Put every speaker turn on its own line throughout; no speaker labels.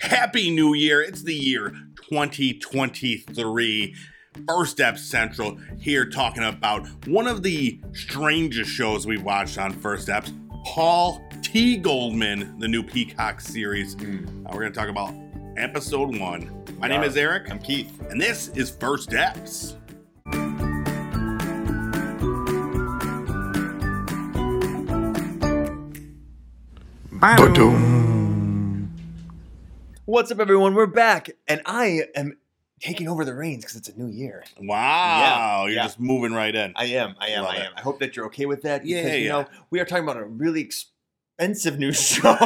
Happy New Year. It's the year 2023. First Step Central here talking about one of the strangest shows we've watched on First Steps, Paul T. Goldman, the new Peacock series.
Hmm.
Uh, we're going to talk about episode one. My
We
name
are.
is Eric,
I'm Keith.
and this is First Steps.
What's up, everyone? We're back, and I am taking over the reins because it's a new year.
Wow.
Yeah,
You're
yeah.
just moving right in.
I am. I am.
Love
I
it.
am. I hope that you're okay with that.
Yeah,
Because, you
yeah.
know, we are talking about a really expensive new show.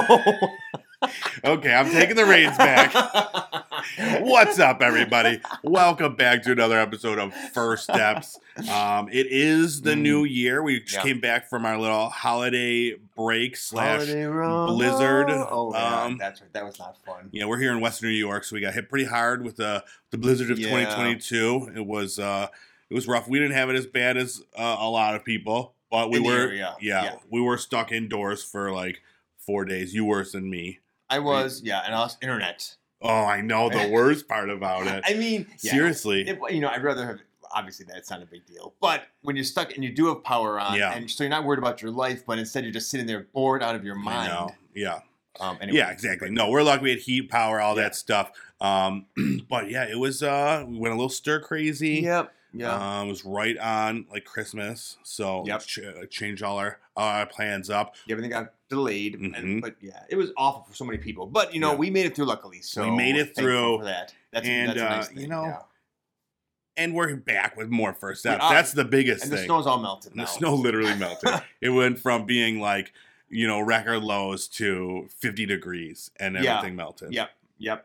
Okay, I'm taking the reins back. What's up, everybody? Welcome back to another episode of First Steps. Um, it is the
Mm.
new year. We just
Yeah.
came back from our little holiday break slash.
Holiday Row.
blizzard,
Oh, yeah,
um,
that's right. That was not fun.
Yeah, we're here in Western New York, so we got hit pretty hard with the the blizzard of
Yeah.
2022. It was uh, it was rough. We didn't have it as bad as uh, a lot of people, but we
In the
were
area,
Yeah,
yeah.
we were stuck indoors for like four days. You worse than me.
I was. Yeah, and I was internet.
Oh, I know the worst part about it.
I mean, yeah,
Seriously,
It, you know, I'd rather have. Obviously, that's not a big deal. But when you're stuck and you do have power on,
Yeah.
and so you're not worried about your life, but instead you're just sitting there bored out of your
I
mind.
know. Yeah.
Um, anyway.
Yeah, exactly. No, we're lucky we had heat power, all
Yeah.
that stuff. Um, but yeah, it was uh we went a little stir crazy.
Yep. Yeah.
Um, it was right on like Christmas, so
Yep.
ch- changed all our all our plans up.
Yeah, everything got delayed, and-
Mhm.
but yeah, it was awful for so many people. But you know,
Yeah.
we made it through luckily. So
We made it
thankful
through,
for that. That's,
and,
that's a nice
uh,
thing,
you know,
yeah.
And we're back with more first
We
steps.
are.
That's the biggest
and the
thing.
snow's all melted.
And
Now.
the snow literally melted. it went from being like you know record lows to 50 degrees, and
Yeah.
everything melted.
Yep. Yep.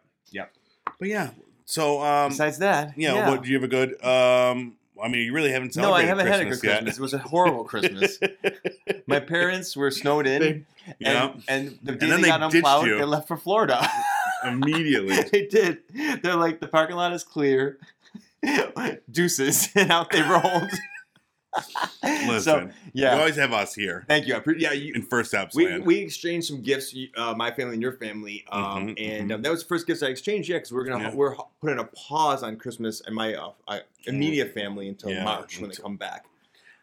But yeah, so um,
Besides that,
yeah, What do you have a good um? I mean, you really haven't
no, I
celebrated.
haven't had a good
Christmas yet.
Christmas. It was a horrible Christmas. My parents were snowed in,
Yeah.
and, and the day
then
they,
they
got
ditched
unplowed,
you.
they left for Florida.
immediately.
they did. They're like, the parking lot is clear. Deuces, and out they rolled.
Listen,
so
you
yeah,
always have us here
thank you. I appre- yeah, you,
in first steps
we,
land.
we exchanged some gifts, you- uh, my family and your family, um,
Mhm,
and
mhm.
um, that was the first gifts I exchanged. Yeah, because we're gonna
Yeah.
we're ho- putting a pause on Christmas and my uh, uh, immediate family until
Yeah,
March when they
until-
come back.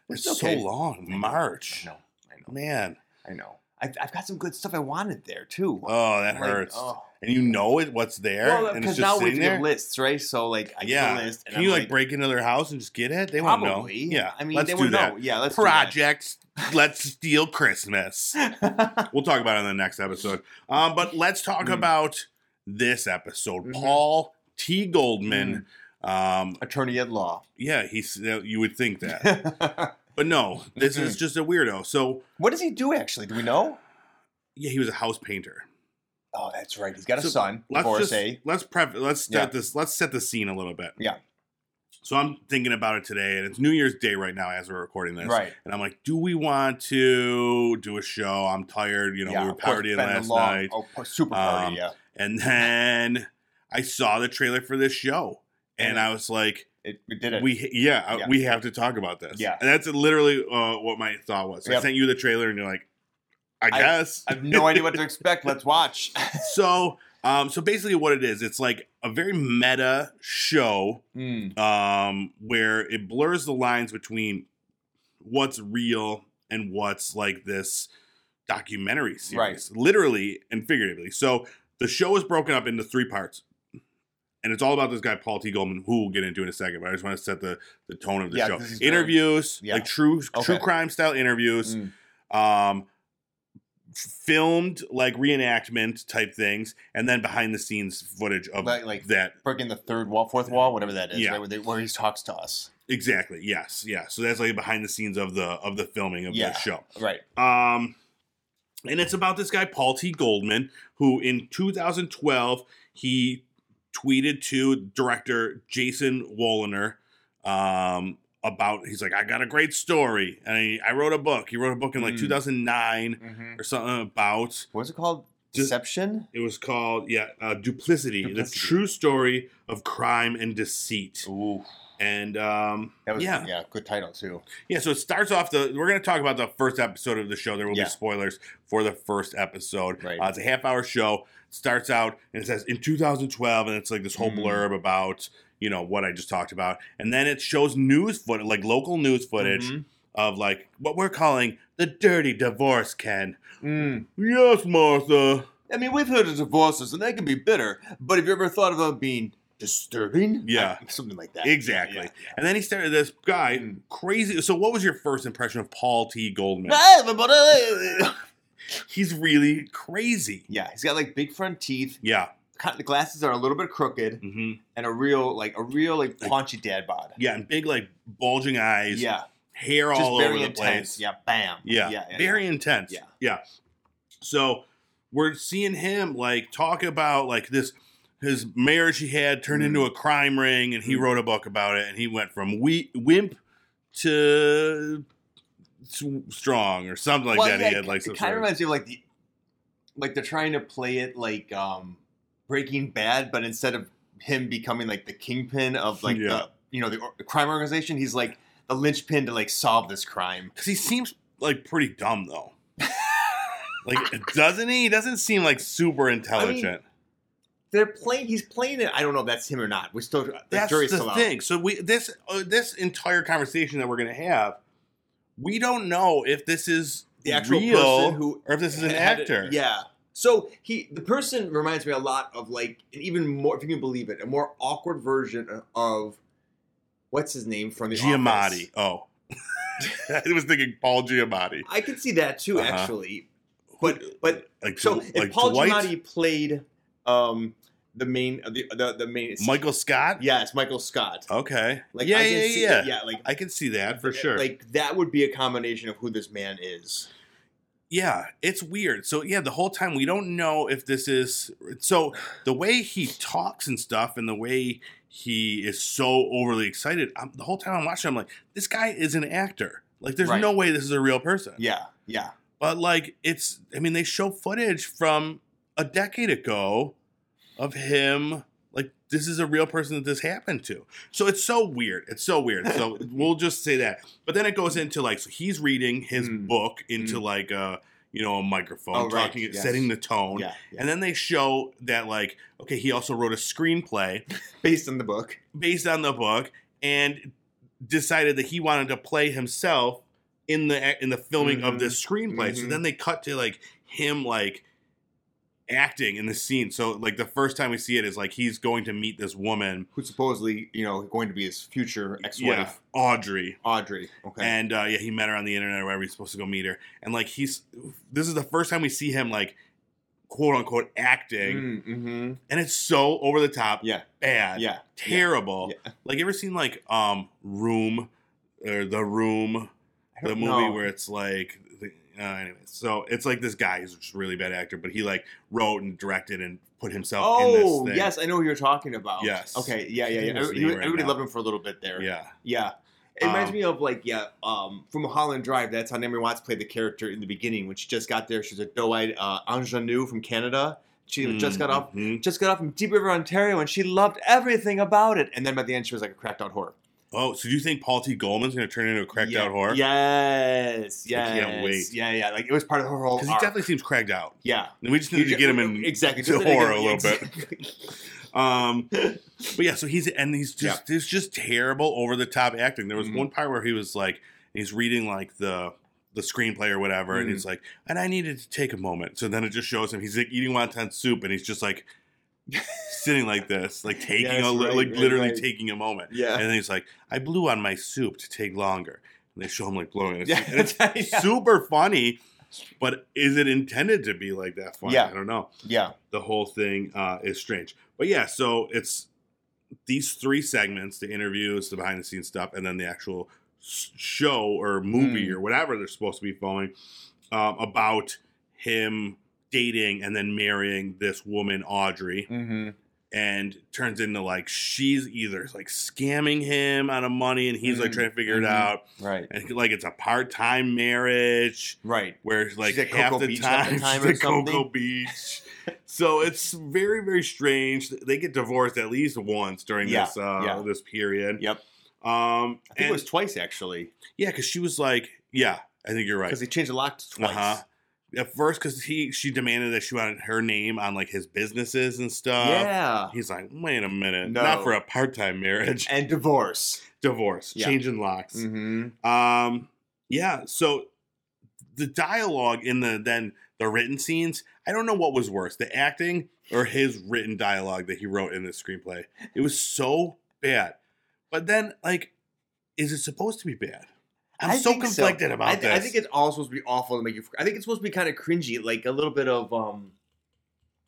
it's
It's
so
okay.
long, March.
I know, I know,
Man,
I know. I've, I've got some good stuff I wanted there too.
oh, that
Like,
hurts.
oh.
And you know it, what's there,
Well,
and it's
because
just
now we
sitting
have to
there.
get lists, right? So like, I
Yeah.
get a list. And
Can
I'm
you like, break into their house and just get it? They won't know.
probably?
Yeah,
I mean,
let's
they
do
would
that.
know. Yeah, let's do that.
Project. let's steal Christmas. We'll talk about it in the next episode. Um, but let's talk
Mm.
about this episode.
Mhm.
Paul T. Goldman.
Mm-hmm.
Um,
Attorney at law.
yeah, he's. You would think that, but no. This
Mm-hmm.
is just a weirdo. So
what does he do actually? Do we know?
yeah, he was a house painter.
Oh, that's right. He's got a
So,
son,
let's
divorcee.
just let's prep let's start
Yeah.
this let's set the scene a little bit
Yeah.
so i'm thinking about it today and it's new year's day right now as we're recording this
Right.
and i'm like do we want to do a show i'm tired you know we were
of course,
parodying
Ben
last
Long-
night
Oh, po- super party,
Um,
yeah.
and then i saw the trailer for this show and i was like
It, we did it.
we yeah, I-
Yeah.
we have to talk about this
Yeah.
and that's literally uh, what my thought was i
Yep.
sent you the trailer and you're like i
I-
guess
I have no idea what to expect. Let's watch.
so um so basically what it is it's like a very meta show
Mm,
um where it blurs the lines between what's real and what's like this documentary series literally and figuratively so the show is broken up into three parts and it's all about this guy Paul T. Goldman, who we'll get into in a second. But I just want to set the, the tone of the
Yeah,
show.
'cause he's very-
Interviews,
Yeah.
like true true
Okay.
crime style interviews,
mm.
um filmed like reenactment type things and then behind the scenes footage of
Like- like-
that
Breaking the third wall, fourth wall, whatever that is,
Yeah.
right? Where, they, where he talks to us.
exactly yes yeah so that's like behind the scenes of the of the filming of
Yeah.
the show
Right.
um and it's about this guy paul t goldman who in 2012 he tweeted to director jason woliner um about he's like i got a great story and i, I wrote a book he wrote a book in like
Mm.
2009
Mm-hmm.
or something about
What's it called?
Just-
Deception.
It was called, yeah, uh, Duplicity, the
Duplicity.
true story of crime and deceit.
Ooh,
And um,
that was
yeah.
yeah. good title too.
Yeah, so it starts off the. We're going to talk about the first episode of the show. There will
Yeah.
be spoilers for the first episode.
Right.
Uh, it's a half hour show. It starts out and it says in 2012, and it's like this whole
Mm.
blurb about you know what I just talked about, and then it shows news footage, like local news footage
Mhm.
of like what we're calling the dirty divorce. Ken,
Mm.
yes, Martha.
I mean, we've heard of divorces, and they can be bitter. But have you ever thought of them being disturbing?
Yeah.
Like, something like that.
Exactly.
Yeah.
And then he started this guy
Mm.
crazy. So, what was your first impression of Paul T. Goldman?
Hey, everybody!
He's really crazy.
yeah, he's got like big front teeth.
Yeah.
Kind of, the glasses are a little bit crooked,
hmm
and a real like a real like
Like-
paunchy dad bod.
Yeah, and big like bulging eyes.
yeah,
hair
just
all
very
over the
intense.
place.
Yeah, bam.
Yeah.
yeah, yeah,
very intense.
Yeah.
yeah. So we're seeing him like talk about like this his marriage he had turned
Mm.
into a crime ring, and he
Mm.
wrote a book about it, and he went from we- wimp to s- strong or something like that.
yeah,
he had like
it,
some
kind of
sort of-
reminds me of like the like they're trying to play it like um Breaking Bad, but instead of him becoming like the kingpin of like
Yeah.
the you know the, or- the crime organization, he's like the linchpin to like solve this crime.
Cause he seems like pretty dumb though. like doesn't he? He doesn't seem like super intelligent.
They're playing. He's playing it. I don't know if that's him or not. We're still the
That's
jury's
the
still out.
thing. So we this uh, this entire conversation that we're gonna have, we don't know if this is
The actual
real
person who
or if this is an
had-
actor.
Yeah. So he, the person reminds me a lot of like an even more, if you can believe it, a more awkward version of what's his name from the Office.
Giamatti. Oh, I was thinking Paul Giamatti.
I can see that too,
Uh-huh.
actually. But but
Like
so
Dw-
if
like
Paul
Dwight,
Giamatti played um the main uh, the the, the main
Michael Scott.
yeah, it's Michael Scott.
Okay.
Like
yeah,
I
yeah,
can
yeah,
see
yeah.
yeah, like
I can see that for sure.
Like that would be a combination of who this man is.
yeah, it's weird. So yeah, the whole time we don't know if this is so the way he talks and stuff and the way he is so overly excited. I'm, the whole time I'm watching I'm like this guy is an actor. Like there's
Right.
no way this is a real person.
Yeah, yeah.
But like it's I mean they show footage from a decade ago of him like this is a real person that this happened to. So it's so weird. It's so weird. So we'll just say that. But then it goes into like so he's reading his
Mm.
book into
Mm.
like
like
a you know a microphone
Oh, right.
talking
Yes.
setting the tone.
Yeah, yeah.
And then they show that like okay he also wrote a screenplay
based on the book.
based on the book and decided that he wanted to play himself in the in the filming of
Mhm.
this screenplay. So
Mhm.
then they cut to like him like acting in the scene. So like the first time we see it is like he's going to meet this woman,
Who's supposedly, you know, going to be his future ex-wife,
yeah, Audrey.
Audrey. Okay.
And uh, yeah, he met her on the internet or wherever he's supposed to go meet her. And like he's this is the first time we see him like quote unquote acting.
mm-hmm.
And it's so over the top,
Yeah.
bad,
Yeah.
terrible.
Yeah.
Like you ever seen like um Room or The Room,
I
the
don't
movie
know.
where it's like the, uh, anyway. So it's like this guy is just a really bad actor, but he like wrote and directed and put himself in this
Oh
thing.
yes, I know who you're talking about.
Yes.
Okay. Yeah. Yeah.
Can't
Yeah.
think of his
Every-
name right
Everybody
now.
loved him for a little bit there.
Yeah.
Yeah. It reminds
Um,
me of like yeah, um, from Holland Drive. That's how Naomi Watts played the character in the beginning when she just got there. She's a doe-eyed uh, ingenue from Canada. She just got off,
Mhm.
just got off from Deep River, Ontario, and she loved everything about it. And then by the end, she was like a cracked out whore.
Oh, so do you think Paul T. Goldman's gonna turn into a cracked
yeah.
out whore?
Yes, yes.
I can't wait.
Yeah, yeah. Like it was part of her whole.
Because he
arc.
definitely seems cracked out.
yeah.
And we just need to get him in
exactly
to horror a little bit. Um, but yeah, so he's and he's just there's just terrible over the top acting. There was
Mhm.
one part where he was like he's reading like the the screenplay or whatever, and
Mhm.
he's like, and I needed to take a moment. So then it just shows him he's like eating wonton soup, and he's just like sitting like this, like taking
Yes,
a li-
right,
like
right,
literally
right.
taking a moment.
Yeah.
And then he's like, I blew on my soup to take longer. And they show him like blowing it.
Yeah.
And it's
yeah.
super funny, but is it intended to be like that funny?
Yeah.
I don't know
yeah.
the whole thing uh, is strange. But yeah, so it's these three segments: the interviews, the behind the scenes stuff, and then the actual s- show or movie
Mm.
or whatever they're supposed to be following um, about him dating and then marrying this woman Audrey,
Mm-hmm.
and turns into like she's either like scamming him out of money and he's like
Mhm.
trying to figure
Mhm.
it out.
Right.
And like it's a part time marriage
Right.
where like
She's at
half
Cocoa
the
Beach half
time
the
she's
time or
at Cocoa
something.
Beach. so it's very very strange. They get divorced at least once during
Yeah,
this uh,
yeah.
this period.
Yep.
Um.
I think
And,
it was twice actually
yeah, because she was like, yeah, I think you're right.
because he changed the lock twice.
Uh-huh. At first, because he she demanded that she wanted her name on like his businesses and stuff.
yeah.
He's like, wait a minute,
No.
not for a part time marriage,
And divorce.
divorce,
Yeah.
changing locks.
Mm-hmm.
Um, yeah. So the dialogue in the then the written scenes, I don't know what was worse, the acting or his written dialogue that he wrote in this screenplay. It was so bad. But then, like, is it supposed to be bad? I'm
I
so
think
conflicted about
I, th-
this.
I think it's all supposed to be awful to make you. I think it's supposed to be kind of cringy, like a little bit of um,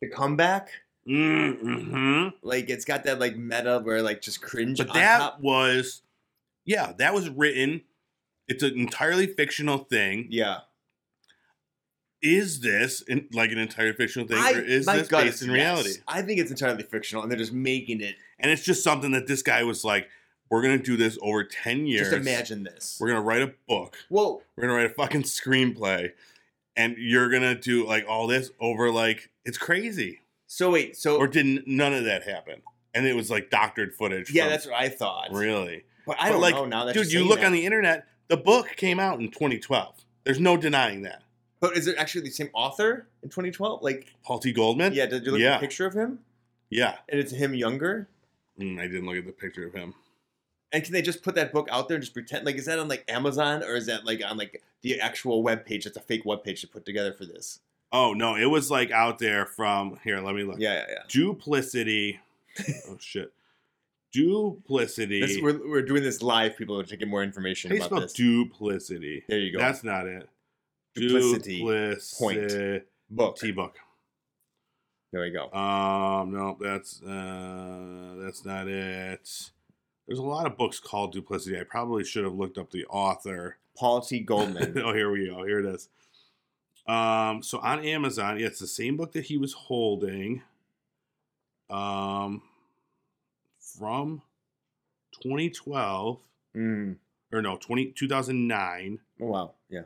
the comeback.
Mm-hmm.
Like it's got that like meta where like just cringe.
But
on
that
top.
was, yeah, that was written. It's an entirely fictional thing.
yeah.
Is this in, like an entirely fictional thing, or
I-
is
my
this
gut
based
is
in
yes.
reality?
I think it's entirely fictional, and they're just making it.
And it's just something that this guy was like, we're going to do this over 10 years.
Just imagine this.
We're going to write a book.
Well,
We're going to write a fucking screenplay. And you're going to do like all this over like, it's crazy.
so wait, so
Or didn't none of that happen? And it was like doctored footage.
yeah,
from-
that's what I thought.
really.
But I
But,
don't
like,
know now. That
Dude, you
saying
look
that.
on the internet, the book came out in 2012. There's no denying that.
But is it actually the same author in 2012? Like,
Paul T. Goldman?
yeah, did you look at
Yeah.
a picture of him?
Yeah.
And it's him younger.
Mm, I didn't look at the picture of him.
And can they just put that book out there and just pretend like is that on like Amazon or is that like on like the actual web page? That's a fake web page to put together for this.
Oh, no. It was like out there from here. Let me look.
Yeah, yeah, yeah.
duplicity. oh shit, duplicity.
This, we're, we're doing this live, people, to get more information
How do you
about
spell
this.
duplicity?
there you go.
That's not it.
Duplicity point. book.
T book.
There we go.
Um, no, that's uh, that's not it. There's a lot of books called duplicity. I probably should have looked up the author.
Paul T. Goldman.
oh, here we go. Here it is. Um, so on Amazon, yeah, it's the same book that he was holding. Um, from 2012
mm.
or no, 20, 2009.
Oh, wow. Yeah.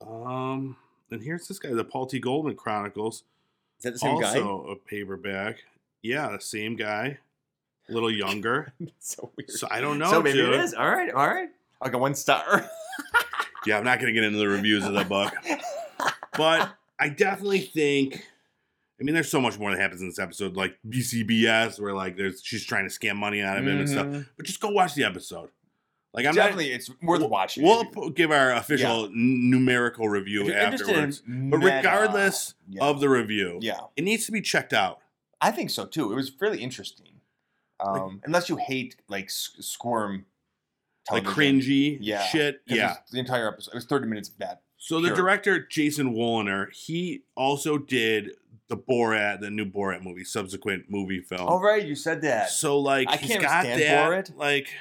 Um, and here's this guy, the Paul T. Goldman Chronicles,
Is that the same guy?
also a paperback. Yeah, the same guy, a little younger.
so weird.
so I don't know.
so maybe
dude.
it is. All right. All right. I got one star.
Yeah, I'm not going to get into the reviews of the book. but I definitely think. I mean, there's so much more that happens in this episode, like BCBS, where like there's she's trying to scam money out of him and stuff.
Mhm.
But just go watch the episode. Like I'm
Definitely, it's worth
We'll-
watching.
not. We'll p- give our official n numerical review afterwards. But regardless of the review,
yeah,
it needs to be checked out.
I think so too. It was fairly interesting. Um, unless you hate like s- squirm,
Like
television.
cringy
Yeah.
shit.
'Cause
Yeah.
it's the entire episode. It was thirty minutes of that.
So the
Sure.
director Jason Wolliner, he also did the Borat, the new Borat movie, subsequent movie film.
All right, you said that.
So like
I
he's
can't
got
stand
that
Borat.
like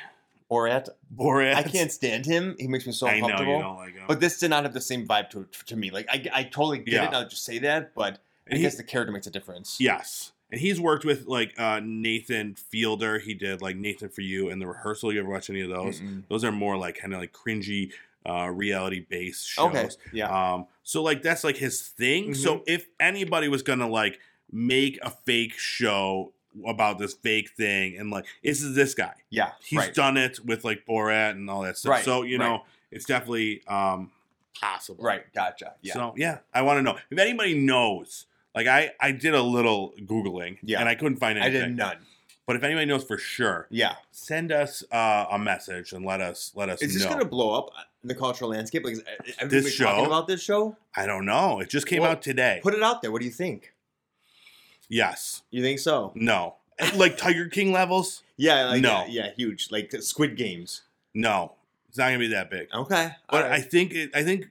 Borat,
Borat.
I can't stand him. He makes me so
I know
uncomfortable.
you don't like him.
But this did not have the same vibe to to me. Like I, I totally get
Yeah.
it. I'll just say that, but
and
I
he,
guess the character makes a difference.
yes, and he's worked with like uh, Nathan Fielder. He did like Nathan for You and the rehearsal. You ever watch any of those?
Mm-mm.
Those are more like kind of like cringy, uh, reality based shows.
Okay. Yeah. Mm-hmm.
Um. So like that's like his thing. So if anybody was gonna like make a fake show about this fake thing and like this is this guy.
yeah.
He's
right.
done it with like Borat and all that stuff.
Right,
So you
right.
know it's definitely um possible.
Right. Gotcha. Yeah.
So yeah, I want to know if anybody knows. Like I, I did a little googling,
Yeah.
and I couldn't find
I
anything.
did none.
But if anybody knows for sure,
Yeah.
send us uh, a message and let us let us
Is
know.
this going to blow up uh, in the cultural landscape? Like, is uh, everybody
This show?
talking about this show?
I don't know. It just came
Well,
out today.
Put it out there. What do you think?
yes.
You think so?
No. like Tiger King levels?
Yeah. Like,
No.
Yeah, yeah, huge. Like the Squid Games.
No. It's not gonna be that big.
Okay.
But
all
I
right.
think it, I think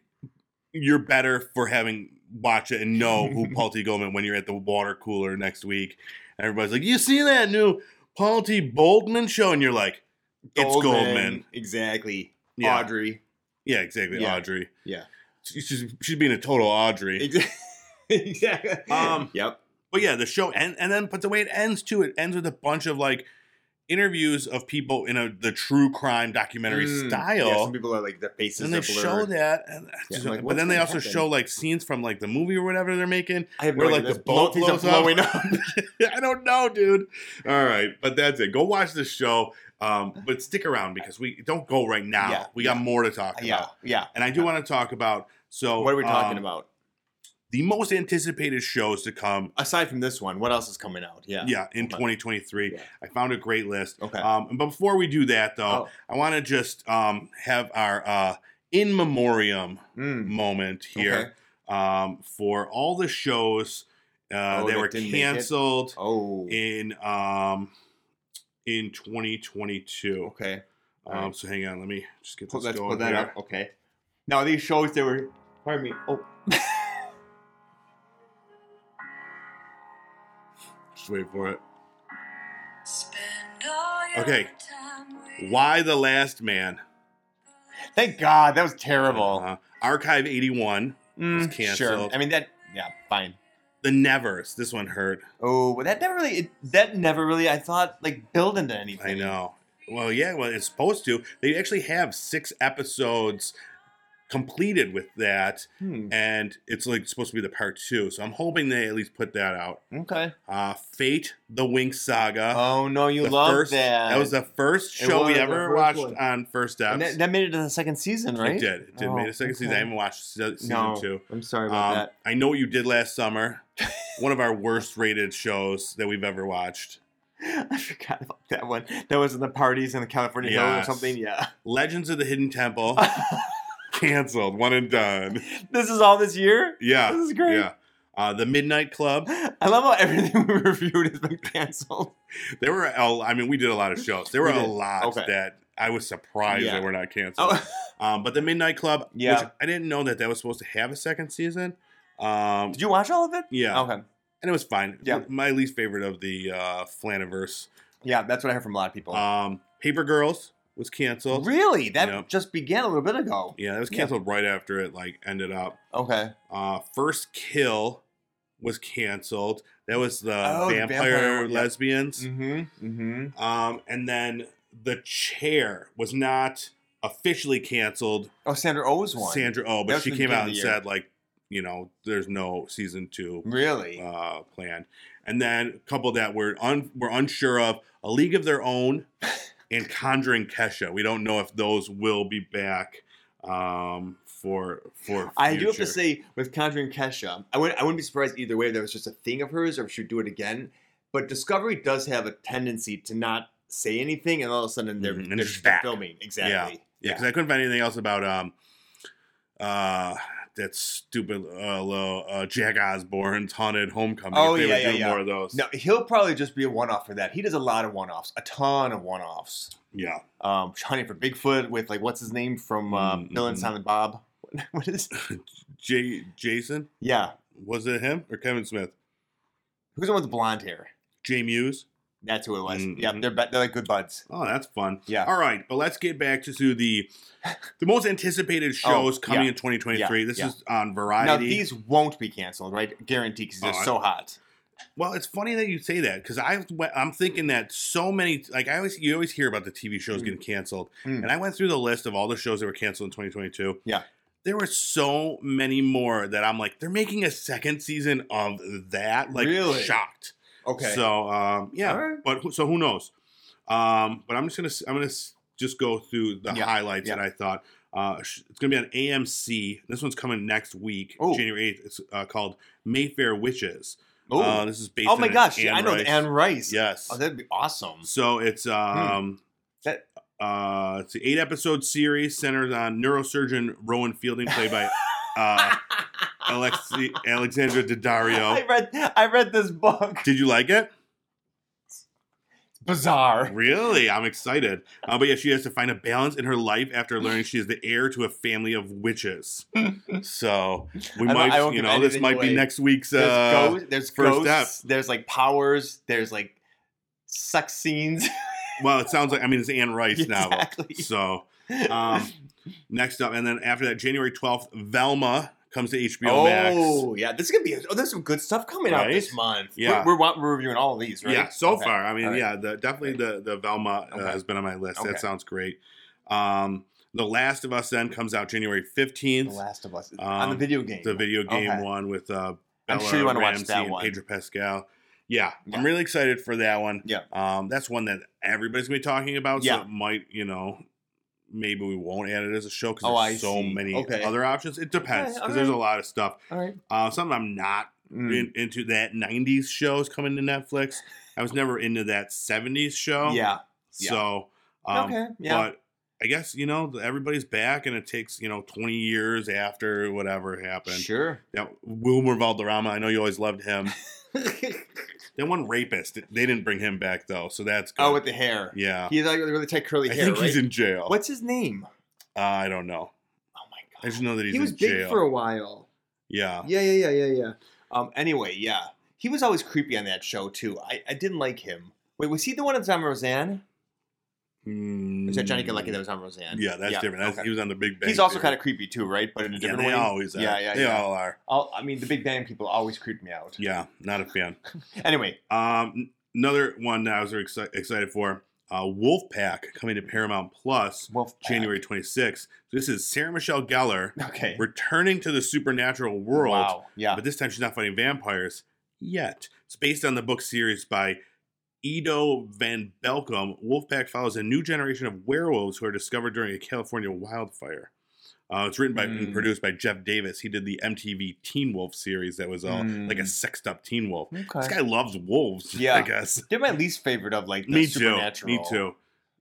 you're better for having watch it and know who Paul T. Goldman when you're at the water cooler next week. And everybody's like, "You see that new Paul T. Boldman show?" And you're like,
Oh,
"It's Goldman."
Exactly.
Yeah,
Audrey.
yeah, exactly.
Yeah.
Audrey.
Yeah.
she's she's being a total Audrey.
Ex- exactly.
Um,
yep.
But yeah, the show and and then but the way it ends too, it ends with a bunch of like interviews of people in a the true crime documentary
Mm,
style.
yeah,
Some people are like their faces
and they
are
show
blurred.
that, and
Yeah,
just-
I'm like,
but
what's
then they
gonna
also
happen?
show like scenes from like the movie or whatever they're making.
I have no
where,
idea.
like, the
There's
boat
things are
blows up.
blowing up.
I don't know, dude. All right, but that's it. Go watch this show, um, but stick around because we don't go right now.
Yeah,
we got more to talk
yeah,
about,
yeah.
and I do want to talk about. So
What are we talking
um,
about?
The most anticipated shows to come.
Aside from this one, what else is coming out? Yeah.
Yeah, in
Okay.
2023,
Yeah.
I found a great list.
Okay.
Um, but before we do that, though,
Oh.
I want to just um, have our uh, in memoriam
Mm.
moment here um, for all the shows uh, that
Oh, that
were
didn't make it?
canceled
Oh.
in um, in 2022.
Okay.
Um, so hang on, let me just get
Pull-
this
let's
going
put that
here.
up. Okay. Now these shows they were. Pardon me. Oh.
Just wait for it. Okay.
Okay. Why?
Why the Last Man?
Thank God that was terrible. Hmm,
Uh, Archive 81. It's
Sure.
canceled.
I mean that. Yeah. Fine.
The Nevers. This one hurt.
Oh, but that never really. It, that never really. I thought like build into anything.
I know. Well, yeah, well, it's supposed to. They actually have six episodes completed with that,
Hmm.
and it's like supposed to be the part two. So I'm hoping they at least put that out.
Okay.
Uh, Fate, The Wink Saga.
Oh no, you
Uh, the
love
first,
that.
was the first
It
show
was
we
the
ever
first
watched
one.
on First Steps.
And that, that made it to the second season, right?
It did. It did.
Oh,
made a second season. I
okay.
haven't watched se- season
No,
two.
I'm sorry about
Um,
that.
I know what you did last summer. One of our worst rated shows that we've ever watched.
I forgot about that one. That was in the parties in the California Hills
Yes.
or something. Yeah.
Legends of the Hidden Temple canceled. One and done.
this is all this year.
Yeah.
This is great.
Yeah. Uh, the Midnight Club.
I love how everything we reviewed has been canceled.
There were, a, I mean, we did a lot of shows. There were
We
a
did.
lot
Okay.
that I was surprised
Yeah.
they were not canceled.
Oh,
Um, but the Midnight Club,
Yeah.
which I didn't know that that was supposed to have a second season. Um,
did you watch all of it?
yeah,
Okay.
and it was fine.
Yeah.
my least favorite of the uh, Flaniverse.
Yeah, that's what I heard from a lot of people.
Um, Paper Girls was canceled.
really? That
Yep.
just began a little bit ago.
Yeah, that was
Yeah.
canceled right after it like ended up.
Okay.
Uh, First Kill was canceled. That was the
Oh, the
vampire,
vampire one, yeah.
lesbians.
Mm-hmm. Mm-hmm.
Um, and then The Chair was not officially canceled.
Oh, Sandra O's one.
Sandra Oh, but
That's
she
the
came
beginning
out
of
and
the year.
said like, you know, there's no season two
Really?
uh, planned. And then a couple that we're un- we're unsure of a league of their own and conjuring Kesha. We don't know if those will be back um, for for.
I do have to
future.
say, with Conjuring Kesha, I wouldn't, I wouldn't be surprised either way if that was just a thing of hers or if she'd do it again. But Discovery does have a tendency to not say anything, and all of a sudden they're,
Mhm, and
they're
it's back.
filming. Exactly.
yeah, because I couldn't find anything else about um, uh, that stupid uh, little, uh Jack Osborne's haunted homecoming.
Oh,
if they
yeah,
would
yeah,
do
yeah.
more of those.
No, he'll probably just be a one-off for that. He does a lot of one-offs, a ton of one-offs.
Yeah,
Um, Hunting for Bigfoot with like what's his name from uh,
Mm,
Bill and
mhm.
Silent Bob. what is?
J- Jason
Yeah,
was it him or Kevin Smith?
who's the one with the blonde hair?
J Muse.
That's who it was.
Mm,
Yeah,
mhm.
they're be- they're like good buds.
Oh, that's fun.
Yeah.
All right, but let's get back to, to the the most anticipated shows
Oh,
coming
yeah.
in 2023.
Yeah,
This
yeah.
is on
Now
Variety.
these won't be canceled, right? Guaranteed, because they're
Oh, I-
so hot.
well, it's funny that you say that because I went- I'm thinking that so many like I always you always hear about the TV shows
Mm.
getting canceled,
Mm.
and I went through the list of all the shows that were canceled in 2022.
Yeah.
There were so many more that I'm like, they're making a second season of that. Like,
Really?
shocked.
Okay.
So, um, yeah.
All right.
But who- so who knows? Um, but I'm just gonna s- I'm gonna s- just go through the
Yeah,
highlights
yeah.
that I thought. Uh, sh- it's gonna be on AMC. This one's coming next week,
Oh.
January eighth. It's uh, called Mayfair Witches.
Ooh.
Uh, this is based.
oh my
on an
gosh,
Anne
I know
Rice.
the Anne Rice.
Yes.
Oh, that'd be awesome.
So it's um
That-
uh it's an eight episode series centered on neurosurgeon Rowan Fielding, played by uh Alexi- Alexandra
I
Daddario.
read I read this book.
Did you like it?
Bizarre.
Really? I'm excited. Uh, but yeah, she has to find a balance in her life after learning she is the heir to a family of witches. So we
I don't- I
might,
won't
you
give
know, this
anything
might be
away.
next week's.
There's
Uh,
ghosts. There's
first
ghosts. There's like powers. There's like sex scenes.
well, it sounds like I mean it's Anne Rice novel.
exactly.
So um, next up, and then after that, January 12th, Velma comes to HBO Max.
Oh yeah, this is gonna be. Oh, there's some good stuff coming out
Right?
this month.
Yeah.
we're, we're, we're reviewing all of these, right?
Yeah, so
Okay.
far. I mean,
All right.
yeah, the, definitely the the Velma uh,
Okay.
has been on my list.
Okay.
That sounds great. Um, the Last of Us then comes out January
The
fifteenth.
Last of Us
Um,
on the video game.
The video game
Okay.
one with uh,
I'm
Bella
sure you wanna watch
Ramsey
that
and
one.
Pedro Pascal. Yeah,
Yeah.
I'm really excited for that one.
Yeah.
um, that's one that everybody's gonna be talking about.
Yeah.
So it might you know maybe we won't add it as a show because
Oh, I
there's so
see.
many
Okay.
other options. It depends
all
because there's a
right.
lot of stuff.
All right.
Uh, something I'm not
Mm.
in, into that 90s shows coming to Netflix. I was never into that 70s show.
Yeah. yeah.
So, um,
okay. Yeah.
but I guess, you know, everybody's back and it takes, you know, 20 years after whatever happened.
sure.
Now, Wilmer Valderrama, I know you always loved him.
Oh,
then one rapist, they didn't bring him back though. So that's good.
oh, with the hair.
yeah.
He's like really tight curly
I
hair.
think he's
right?
in jail.
What's his name?
Uh, I don't know.
Oh my
I
god.
just know that he's
he was
in
big
jail.
for a while.
yeah.
Yeah, yeah, yeah, yeah, yeah. Um. Anyway, yeah, he was always creepy on that show too. I, I didn't like him. Wait, was he the one that was on Roseanne? Or Was that Johnny Galecki that was on Roseanne?
Yeah, that's different. That's,
okay.
He was on the Big Bang.
He's also
Theory.
kind of creepy too, right? But in a
Yeah,
different
they
way.
always are.
Yeah, yeah,
they
yeah.
all are.
I'll- I mean, the Big Bang people always creep me out.
Yeah, not a fan.
Anyway,
Um, n- another one that I was very exci- excited for, uh, Wolfpack coming to Paramount Plus
Wolf
January 26th. This is Sarah Michelle Gellar
Okay.
returning to the supernatural world,
Wow. Yeah.
but this time she's not fighting vampires yet. It's based on the book series by Edo Van Belkom. Wolfpack follows a new generation of werewolves who are discovered during a California wildfire. Uh, it's written by
Hmm.
and produced by Jeff Davis. He did the MTV Teen Wolf series that was all
Hmm.
like a sexed up Teen Wolf. This
Okay.
guy loves wolves.
Yeah.
I guess.
They're my least favorite of like the
Me too.
supernatural.
Me too.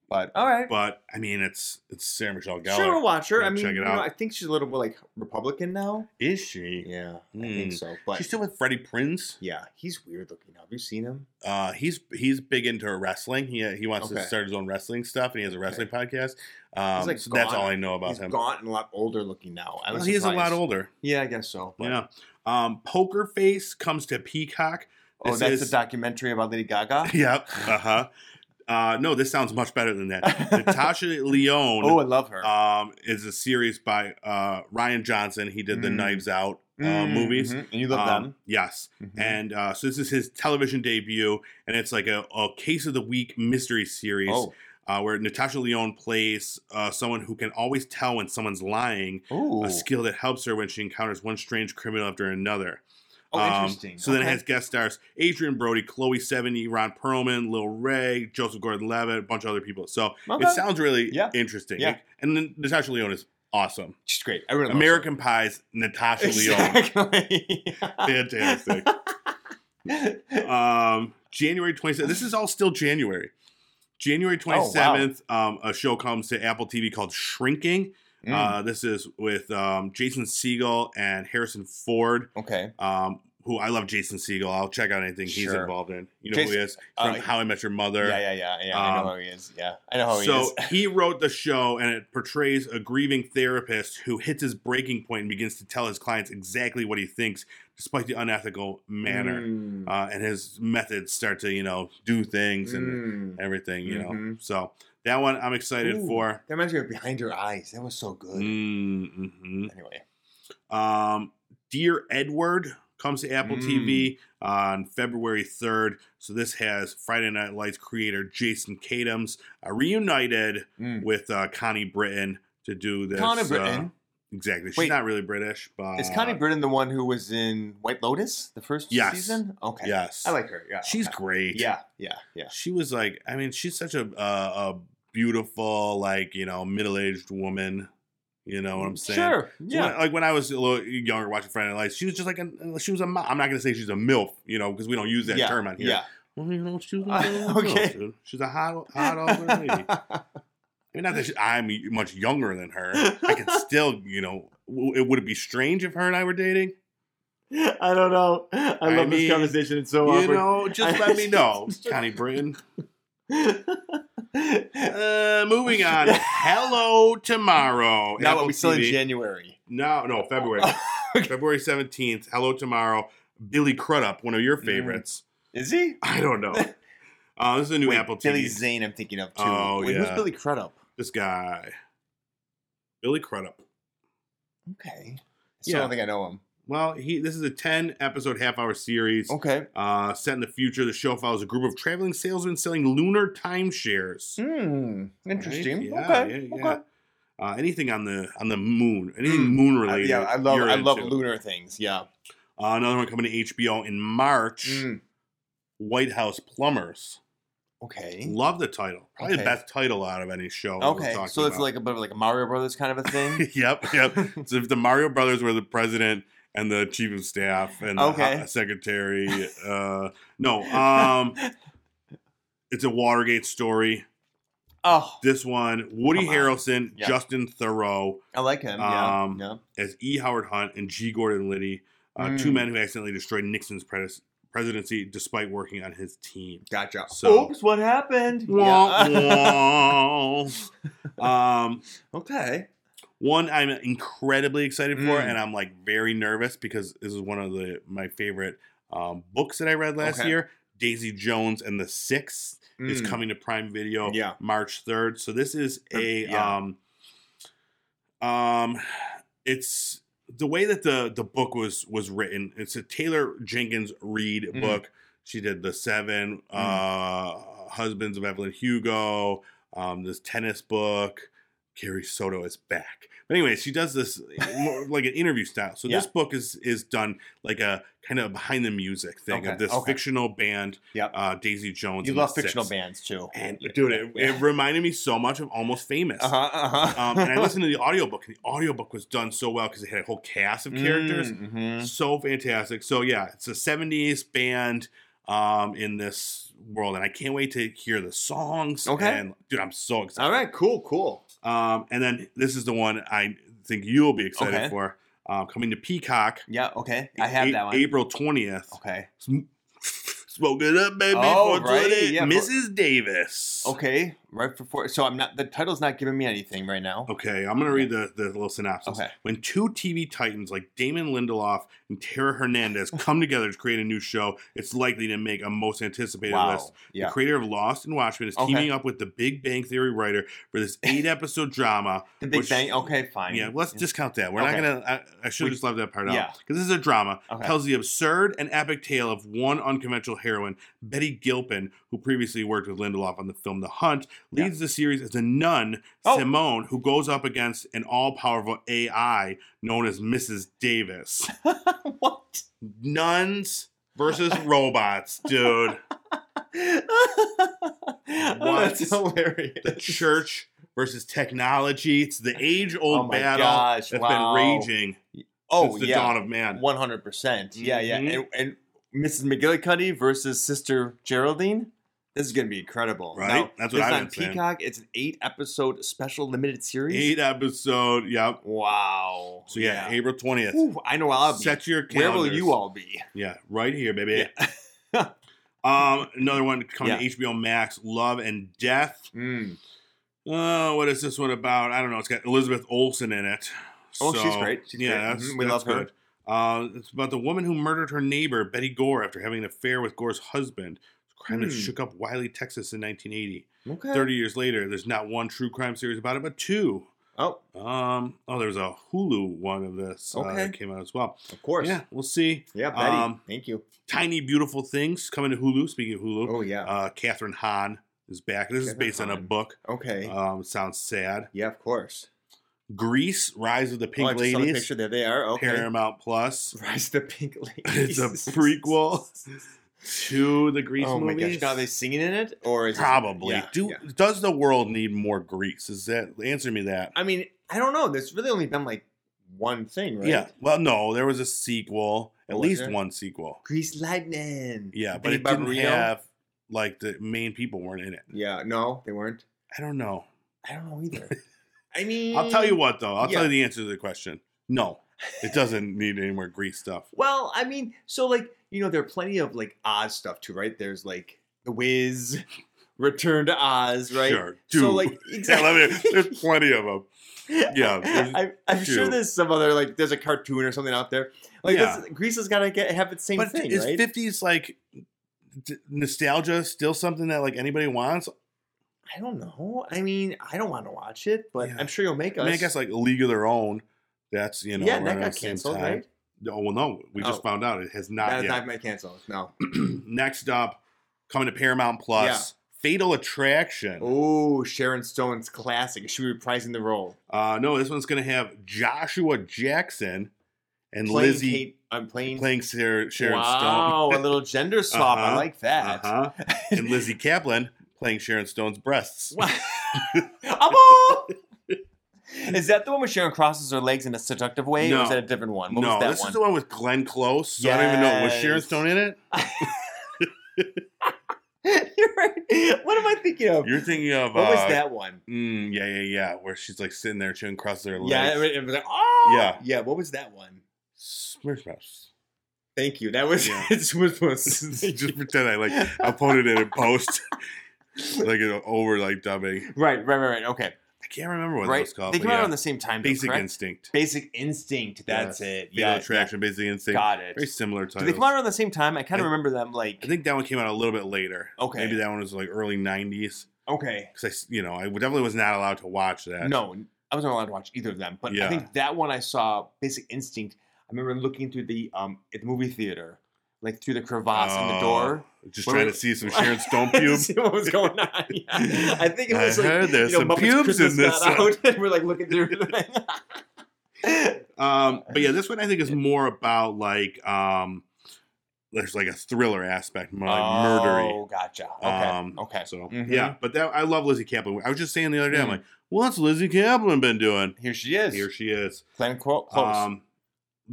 But all right.
But I mean, it's it's Sarah Michelle Gellar.
Sure, we'll watch her.
I'll
I mean,
check it
you know,
out.
I think she's a little bit like Republican now.
Is she?
Yeah, I
Hmm.
think so. But
She's still with Freddie Prinz.
yeah, he's weird looking. Have you seen him?
Uh, he's he's big into wrestling. He he wants
Okay.
to start his own wrestling stuff, and he has a wrestling podcast.
He's,
Um,
like,
so that's all
gone.
I know about
he's
him.
gaunt and a lot older looking now. I was
Well, he is a lot
surprised.
older.
Yeah, I guess so. but-
Yeah. Um, Poker Face comes to Peacock.
Oh,
This
that's
is-
a documentary about Lady Gaga.
yep. Uh huh. Uh, no, this sounds much better than that. Natasha Leone.
oh, I love her.
um, is a series by uh, Ryan Johnson. He did the
Mm.
Knives Out uh,
Mhm,
movies.
mhm, and you love
Um,
them.
Yes.
Mhm.
And uh, so this is his television debut, and it's like a, a case of the week mystery series
oh,
uh, where Natasha Leone plays uh, someone who can always tell when someone's lying,
Ooh.
a skill that helps her when she encounters one strange criminal after another.
oh,
Um,
interesting.
so then it has guest stars Adrian Brody, Chloe Sevigny, Ron Perlman, Lil Ray, Joseph Gordon-Levitt, a bunch of other people. So
Okay.
it sounds really
Yeah.
interesting.
Yeah.
And then Natasha Leone is awesome.
she's great. Everyone loves her.
American Pie's Natasha Leone.
Exactly.
Fantastic. Um, January 27th. This is all still January.
Oh,
January 27th, um, a show comes to Apple TV called Shrinking.
Mm,
Uh, this is with um, Jason Segel and Harrison Ford,
okay.
um, who I love Jason Segel. I'll check out anything he's
Sure.
involved in. You know who
Jason-
he is? From
uh,
How I Met Your Mother.
Yeah, yeah, yeah, yeah. I
Um,
know how he is. Yeah, I know how he
so
is.
he wrote the show, and it portrays a grieving therapist who hits his breaking point and begins to tell his clients exactly what he thinks, despite the unethical manner.
Mm,
Uh, and his methods start to, you know, do things and
mm.
everything, you know.
Mhm.
So that one I'm excited
Ooh.
for.
That reminds me of Behind Your Eyes. That was so good.
Mm. Mm-hmm.
Anyway,
Um, Dear Edward comes to Apple
Mm.
TV on February 3rd. So this has Friday Night Lights creator Jason Kadams uh, reunited
Mm.
with uh, Connie Britton to do this.
Connie
uh,
Britton.
exactly. She's
Wait.
not really British, but
is Connie Britton the one who was in White Lotus the first
Uh, Yes.
season? Okay.
Yes,
I like her. Yeah.
She's
okay.
great.
Yeah, yeah, yeah.
she was like. I mean, she's such a uh, a beautiful, like you know, middle aged woman. You know what I'm saying?
Sure.
So
Yeah.
when- like when I was a little younger watching Friday Night Lights, she was just like an, uh, she was a. mo- I'm not gonna say she's a milf, you know, because we don't use that
yeah.
term on here.
Yeah.
Well, you know, she was
Uh,
a little milf,
okay.
dude. She's a hot, hot older lady. I mean, not that she, I'm much younger than her. I could still, you know, w- it would it be strange if her and I were dating?
I don't know. I,
I
love
mean,
this conversation. It's so
you
awkward.
know, just
I-
let me know, Connie Britton. Uh, moving on. Hello tomorrow.
now
Apple
we're still in
TV.
January.
No, no, February. February 17th. Hello tomorrow. Billy Crudup, one of
Mm.
your favorites.
Is he?
I don't know. Uh, this is a new
Wait,
Apple TV.
Billy Zane, I'm thinking of too.
Oh,
Wait,
yeah.
Who's Billy Crudup?
This guy, Billy Crudup.
Okay. still
Yeah.
don't think I know him.
Well, he this is a 10 episode half hour series.
Okay.
Uh, set in the future, the show follows a group of traveling salesmen selling lunar timeshares.
Hmm. Interesting.
Right? Yeah,
okay.
yeah,
okay.
yeah. Uh, anything on the on the moon, anything
Mm.
moon
I-
related.
yeah, I love
you're
I love
into.
lunar things. Yeah.
Uh, another one coming to HBO in March.
Hmm.
White House Plumbers.
Okay.
Love the title. Probably the
Hmm. Okay.
best title out of any show. we're
Okay.
talking
So it's
about.
like a bit of like a Mario Brothers kind of a thing.
yep, yep. so if the Mario Brothers were the president and the chief of staff and
Okay.
the ho- secretary, uh, no, um, it's a Watergate story.
oh,
This one, Woody
Come on.
Harrelson,
Yeah.
Justin Thoreau
I like him. Yeah.
Um,
yeah.
as E. Howard Hunt and G. Gordon Liddy, uh, two
Mm.
men who accidentally destroyed Nixon's pres- presidency despite working on his team.
Gotcha.
So-
Oops, what happened? Yeah.
Wah, wah. um,
okay.
one I'm incredibly excited for,
Mm.
and I'm like very nervous because this is one of the my favorite um, books that I read last
Okay.
year. Daisy Jones and the Six is
Mm.
coming to Prime Video
Yeah. Uh,
March third. So this is a
Yeah.
um, um, it's the way that the the book was was written. It's a Taylor Jenkins Reid
Mhm.
book. She did the Seven,
Mm-hmm.
uh, Husbands of Evelyn Hugo, um, this tennis book. Carrie Soto is back. But anyway, she does this more like an interview style. So this book is is done like a kind of behind the music thing
Okay,
of this
okay.
fictional band,
Yep.
uh, Daisy Jones.
You
and the
love fictional
Six.
bands too.
And dude, it,
Yeah.
it reminded me so much of Almost Famous.
Uh huh. Uh huh.
Um, and I listened to the audiobook, and the audiobook was done so well because it had a whole cast of characters
Hmm. Mm-hmm.
so fantastic. So yeah, it's a '70s band um, in this world, and I can't wait to hear the songs.
Okay. Uh-huh.
and, dude, I'm so excited.
All right. Cool. Cool.
Um, and then this is the one I think you'll be excited
Okay.
for um, coming to Peacock.
Yeah. Okay. I have
A-
that one.
April twentieth.
Okay.
Smoke it up, baby.
Oh,
for
right,
20,
yeah, for-
Mrs. Davis.
Okay. Right before. So I'm not. The title's not giving me anything right now.
Okay, I'm gonna read the, the little synopsis.
Okay.
When two TV titans like Damon Lindelof and Tara Hernandez come together to create a new show, it's likely to make a most anticipated
Wow.
list.
Yeah.
The creator of Lost and Watchmen is
Okay.
teaming up with the Big Bang Theory writer for this eight-episode drama.
The Big
which-
Bang. Okay. Fine.
Yeah, let's discount that. We're
Okay.
not gonna. I, I should
We-
have just left that part out.
yeah.
because this is a drama.
Okay.
Tells the absurd and epic tale of one unconventional heroine, Betty Gilpin, who previously worked with Lindelof on the film The Hunt,
Yeah.
leads the series as a nun,
Oh.
Simone, who goes up against an all-powerful AI known as Mrs. Davis.
what?
Nuns versus robots, dude.
That's hilarious.
The church versus technology. It's the
Oh
age-old
my
battle
gosh,
that's
wow.
been raging
Oh
since the
yeah.
dawn of man.
One hundred percent. Yeah, yeah.
Mhm.
And, and Mrs. McGillicuddy versus Sister Geraldine. This is gonna be incredible,
Right?
Now,
That's what
this is
I've
on
been saying.
Peacock. It's an eight-episode special limited series.
Eight episode, yep.
Wow.
So yeah,
Eight.
April twentieth.
I know. where I'll be.
Set your
Where
calendars.
will you all be?
Yeah, right here, baby.
Yeah.
um, another one coming to HBO Max, Love and Death.
Mm.
Oh, what is this one about? I don't know. It's got Elizabeth Olsen in it.
Oh, she's
So,
great. She's
yeah,
great.
That's,
Mhm, we
that's
love her.
good. Uh, it's about the woman who murdered her neighbor Betty Gore after having an affair with Gore's husband. It's a crime that
Hmm.
shook up Wiley, Texas, in 1980.
Okay.
Thirty years later, there's not one true crime series about it, but two.
Oh,
Um, oh, there was a Hulu one of this uh, that
Okay.
came out as well.
of course.
Yeah, we'll see.
Yeah, Betty.
Um,
Thank you.
Tiny Beautiful Things coming to Hulu. Speaking of Hulu,
Oh yeah.
uh, Catherine Hahn is back. This is
Catherine
based on a
Hahn.
book.
okay.
Um, sounds sad.
yeah, of course.
Grease, Rise of the
oh,
Pink
I just saw the
Ladies,
picture there. They are okay.
Paramount Plus.
Rise of the Pink
It's
Ladies.
a prequel to the Grease
oh my
movies.
gosh! Now are they singing in it, or is it-
Probably.
Yeah,
Do
yeah.
does the world need more Grease? Is that answer me that?
I mean, I don't know. There's really only been like one thing, right?
Yeah. Well, no, there was a sequel. At
Oh, was
least
there?
one sequel.
Grease Lightning.
Yeah, but
Benny
it didn't
Barbario?
have like the main people weren't in it.
Yeah. No, they weren't.
I don't know.
I don't know either. I mean,
I'll tell you what though. I'll tell
Yeah.
you the answer to the question. No, it doesn't need any more grease stuff.
Well, I mean, so like you know, there are plenty of like Oz stuff too, right? There's like The Wiz, Return to Oz, right?
Sure, dude.
So like
Yeah,
exactly.
let me- there's plenty of them. yeah, there's
I, I'm sure
two.
there's some other like there's a cartoon or something out there. Like
Yeah.
this, Greece has got to get have its same
But
thing,
is
right?
fifties like d- nostalgia still something that like anybody wants?
I don't know. I mean, I don't want to watch it, but
Yeah.
I'm sure you'll make us.
I mean, I guess like League of Their Own That's you know
yeah,
around
that
the
got
same
canceled,
time. Uh,
right?
No, well, no, we just
Oh.
found out it has not
That's
yet.
not my cancel. No.
Next up, coming to Paramount Plus, Fatal Attraction.
Oh, Sharon Stone's classic. She reprising the role.
Uh, no, this one's going to have Joshua Jackson and
Playing
Lizzie
Kate, I'm playing.
playing Sarah, Sharon
wow, a little gender swap. I
Uh-huh,
like
Stone.
that.
Uh-huh. and Lizzie Kaplan playing Sharon Stone's breasts.
Wow. Abo! Is that the one where Sharon crosses her legs in a seductive way, or
No.
is that a different one? What
No,
was that
this
one?
is the one with Glenn Close. So I don't even know. Was Sharon
Yes.
Stone in it?
You're right. What am I thinking of?
You're thinking of.
what
uh,
was that one?
Mm, yeah, yeah, yeah. Where she's like sitting there, chewing across her legs.
Yeah, it, it was like, oh,
Yeah.
yeah. What was that one?
Smirch Mouse.
Thank you. That was
Yeah.
it was, was-
Just pretend I like. I'll put it in a post, like an over like dubbing.
right, right, right, right. Okay,
I can't remember what that
right.
was called.
They
but
came
yeah.
out on the same time. though,
Basic
correct?
Instinct.
Basic Instinct. That's
Yes.
it.
Fatal
Yeah,
Attraction, Basic
yeah.
Instinct.
Got
Very
it.
similar
Did
titles.
they come out around the same time? I kind
I-
of remember them like
I think that one came out a little bit later.
Okay.
Maybe that one was like early 90s.
okay.
Because I, s- you know, I definitely was not allowed to watch that.
No, I wasn't allowed to watch either of them. But
Yeah.
I think that one I saw, Basic Instinct. I remember looking through the um at the movie theater, like through the crevasse in the
Oh,
door,
Just
What
trying
was-
to see some Sharon Stone pubes.
see what was going on. Yeah. I think it
I
was like
heard there's
you know,
some
Muppets
pubes
Christmas
in this uh,
got
one.
out, and we're like looking through. The thing.
Um, but yeah, this one I think is more about like um, there's like a thriller aspect, more like murdery.
Oh, gotcha. Okay.
Um,
okay.
So
Mhm.
yeah, but that I love Lizzie Kaplan. I was just saying the other day, I'm
Mm.
like, what's Lizzie Kaplan been doing?
Here she is.
Here she is.
Glenn Clo- Close.
Um,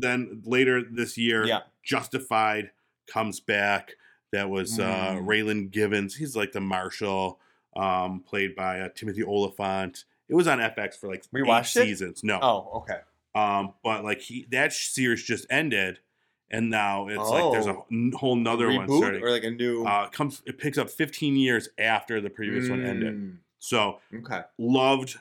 then later this year,
yeah.
Justified comes back. That was uh,
Mm.
Raylan Givens. He's like the marshal, um, played by uh, Timothy Oliphant. It was on FX for like
We
eight
watched it?
seasons. No,
Oh, okay.
um, but like he that series just ended, and now it's like there's a
Oh.
n- whole nother one
Reboot
starting.
or like a new.
Uh, it comes it picks up 15 years after the previous one ended. So
Mm, Okay.
loved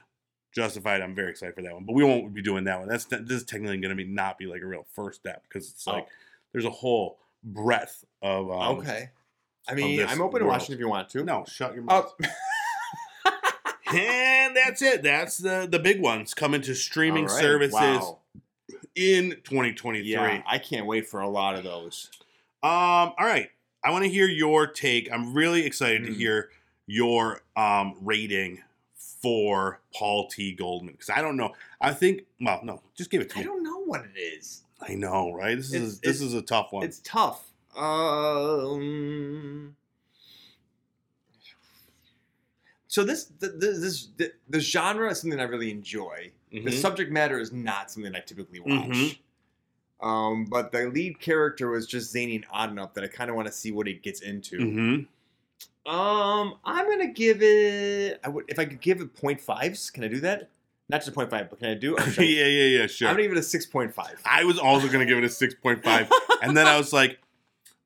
Justified. I'm very excited for that one, but we won't be doing that one. That's this is technically going to be not be like a real first step because it's
Oh.
like there's a whole breadth of um,
okay. I mean,
this
I'm open to
world.
watching if you want to.
No, shut your
Oh.
mouth. and that's it. That's the the big ones coming to streaming
All right.
services
Wow.
in 2023.
Yeah, I can't wait for a lot of those.
Um, all right. I want to hear your take. I'm really excited to
Mm.
hear your um rating for Paul T. Goldman because I don't know. I think well, no, just give it to
I
me.
don't know what it is.
I, know, right? This
It's-
is this
it's-
is a tough one.
It's tough. Um. So this the, the, this the, the genre is something I really enjoy. The
Mhm.
subject matter is not something I typically watch.
Mhm.
Um, but the lead character was just zany and odd enough that I kind of want to see what it gets into.
Mhm.
Um, I'm gonna give it. I would if I could give it point fives. Can I do that? Not just point five, but can I do? I'm, sorry.
yeah, yeah, yeah. Sure. Ah,
I'm gonna give it a six point five.
I was also gonna give it a six point five, and then I was like,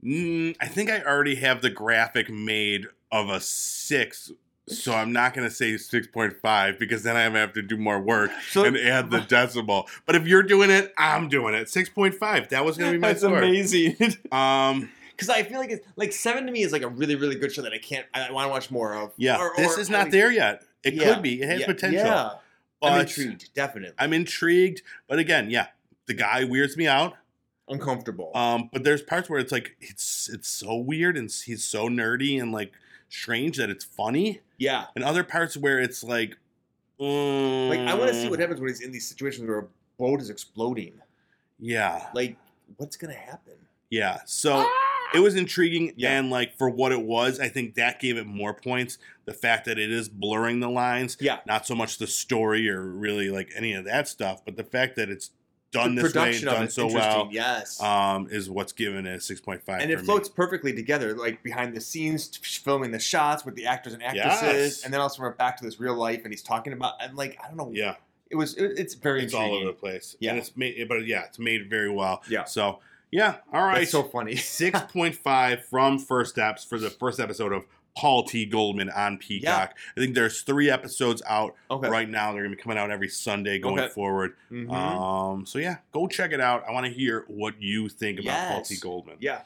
mm, I think I already have the graphic made of a six. So I'm not gonna say six point five because then I'm gonna have to do more work.
So
and add the decimal. But if you're doing it, I'm doing it. Six point five. That was gonna be my
that's
score.
amazing.
Um,
Because I feel like it's like seven to me is like a really really good show that I can't. I, want to watch more of.
yeah,
Or-
this
or
is
at
not
least-
there yet. It
Yeah,
could be. It has
yeah,
potential.
Yeah,
But
I'm intrigued. Definitely
I'm intrigued. But again, yeah, the guy weirds me out.
uncomfortable.
Um, but there's parts where it's like it's it's so weird and he's so nerdy and like strange that it's funny,
yeah,
and other parts where it's like,
like I want to see
mm,
what happens when he's in these situations where a boat is exploding.
Yeah,
Like, what's gonna happen?
yeah. So. it was intriguing
Yeah.
and like for what it was i think that gave it more points the fact that it is blurring the lines
Yeah.
not so much the story or really like any of that stuff but the fact that it's done
The
this way and
production of
done
it's
so
interesting,
well
Yes.
um is what's given it a 6.5
and
for
it
me.
floats perfectly together, like behind the scenes, t- filming the shots with the actors and actresses,
Yes.
and then also we're back to this real life, and he's talking about. I'm like, I don't know.
yeah
It was. It, it's very
it's all
intriguing.
over the place
Yeah.
and it's made but yeah it's made very well
Yeah.
so yeah all right
That's so funny.
6.5 from First Steps for the first episode of Paul T. Goldman on Peacock. I think there's three episodes out
Okay.
right Um, now. They're going to be coming out every Sunday going
Okay.
forward.
Mhm.
Um, so yeah, go check it out. I want to hear what you think about Paul T.
Yes.
Goldman.
yeah.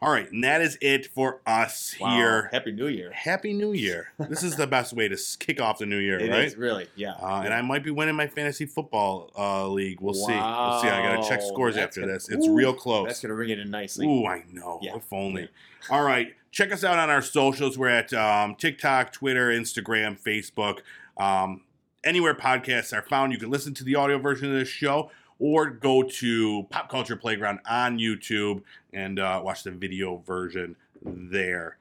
All right, and that is it for us
Wow.
here.
Happy New Year.
Happy New Year. this is the best way to s- kick off the new year,
It is
right?
really, yeah.
Uh, and I might be winning my fantasy football uh, league. We'll see. We'll see. I got to check
Wow.
scores
That's
after
gonna-
this. It's
Ooh,
real close.
That's gonna ring it in nicely.
Ooh, I know.
Yeah.
If only. All right. Check us out on our socials. We're at um, TikTok, Twitter, Instagram, Facebook. Um, anywhere podcasts are found, you can listen to the audio version of this show or go to Pop Culture Playground on YouTube and uh, watch the video version there.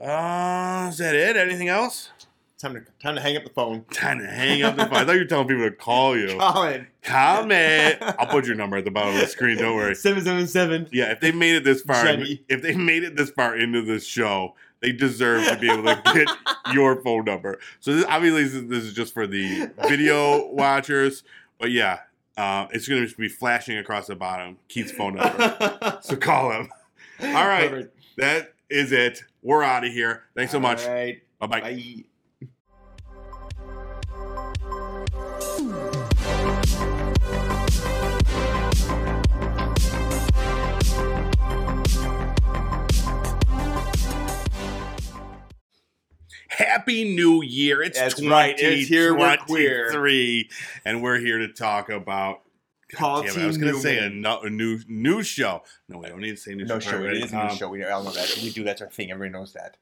Uh, is that it? Anything else?
Time to time to hang up the phone.
Time to hang up the phone. I thought you were telling people to call you.
Colin.
Comment. I'll put your number at the bottom of Oh, the screen. Don't worry.
Seven seven seven.
Yeah, if they made it this far,
Jenny.
if they made it this far into this show, they deserve to be able to get your phone number. So this, obviously, this is- this is just for the video watchers. But yeah, uh, it's going to be flashing across the bottom Keith's phone number. so call him. All right. That is it. We're out of here. Thanks so much.
All right.
Bye bye.
Bye.
Happy New Year. It's
That's
2023.
right. It's here. We're queer.
And we're here to talk about.
Paul
Damn it,
T.
I was going to say a,
Newman.
no, a new new show. No, we don't need to say new
No
show.
show.
All right,
It is a new
um,
show. We all know that. We do. That's our thing. Everybody knows that.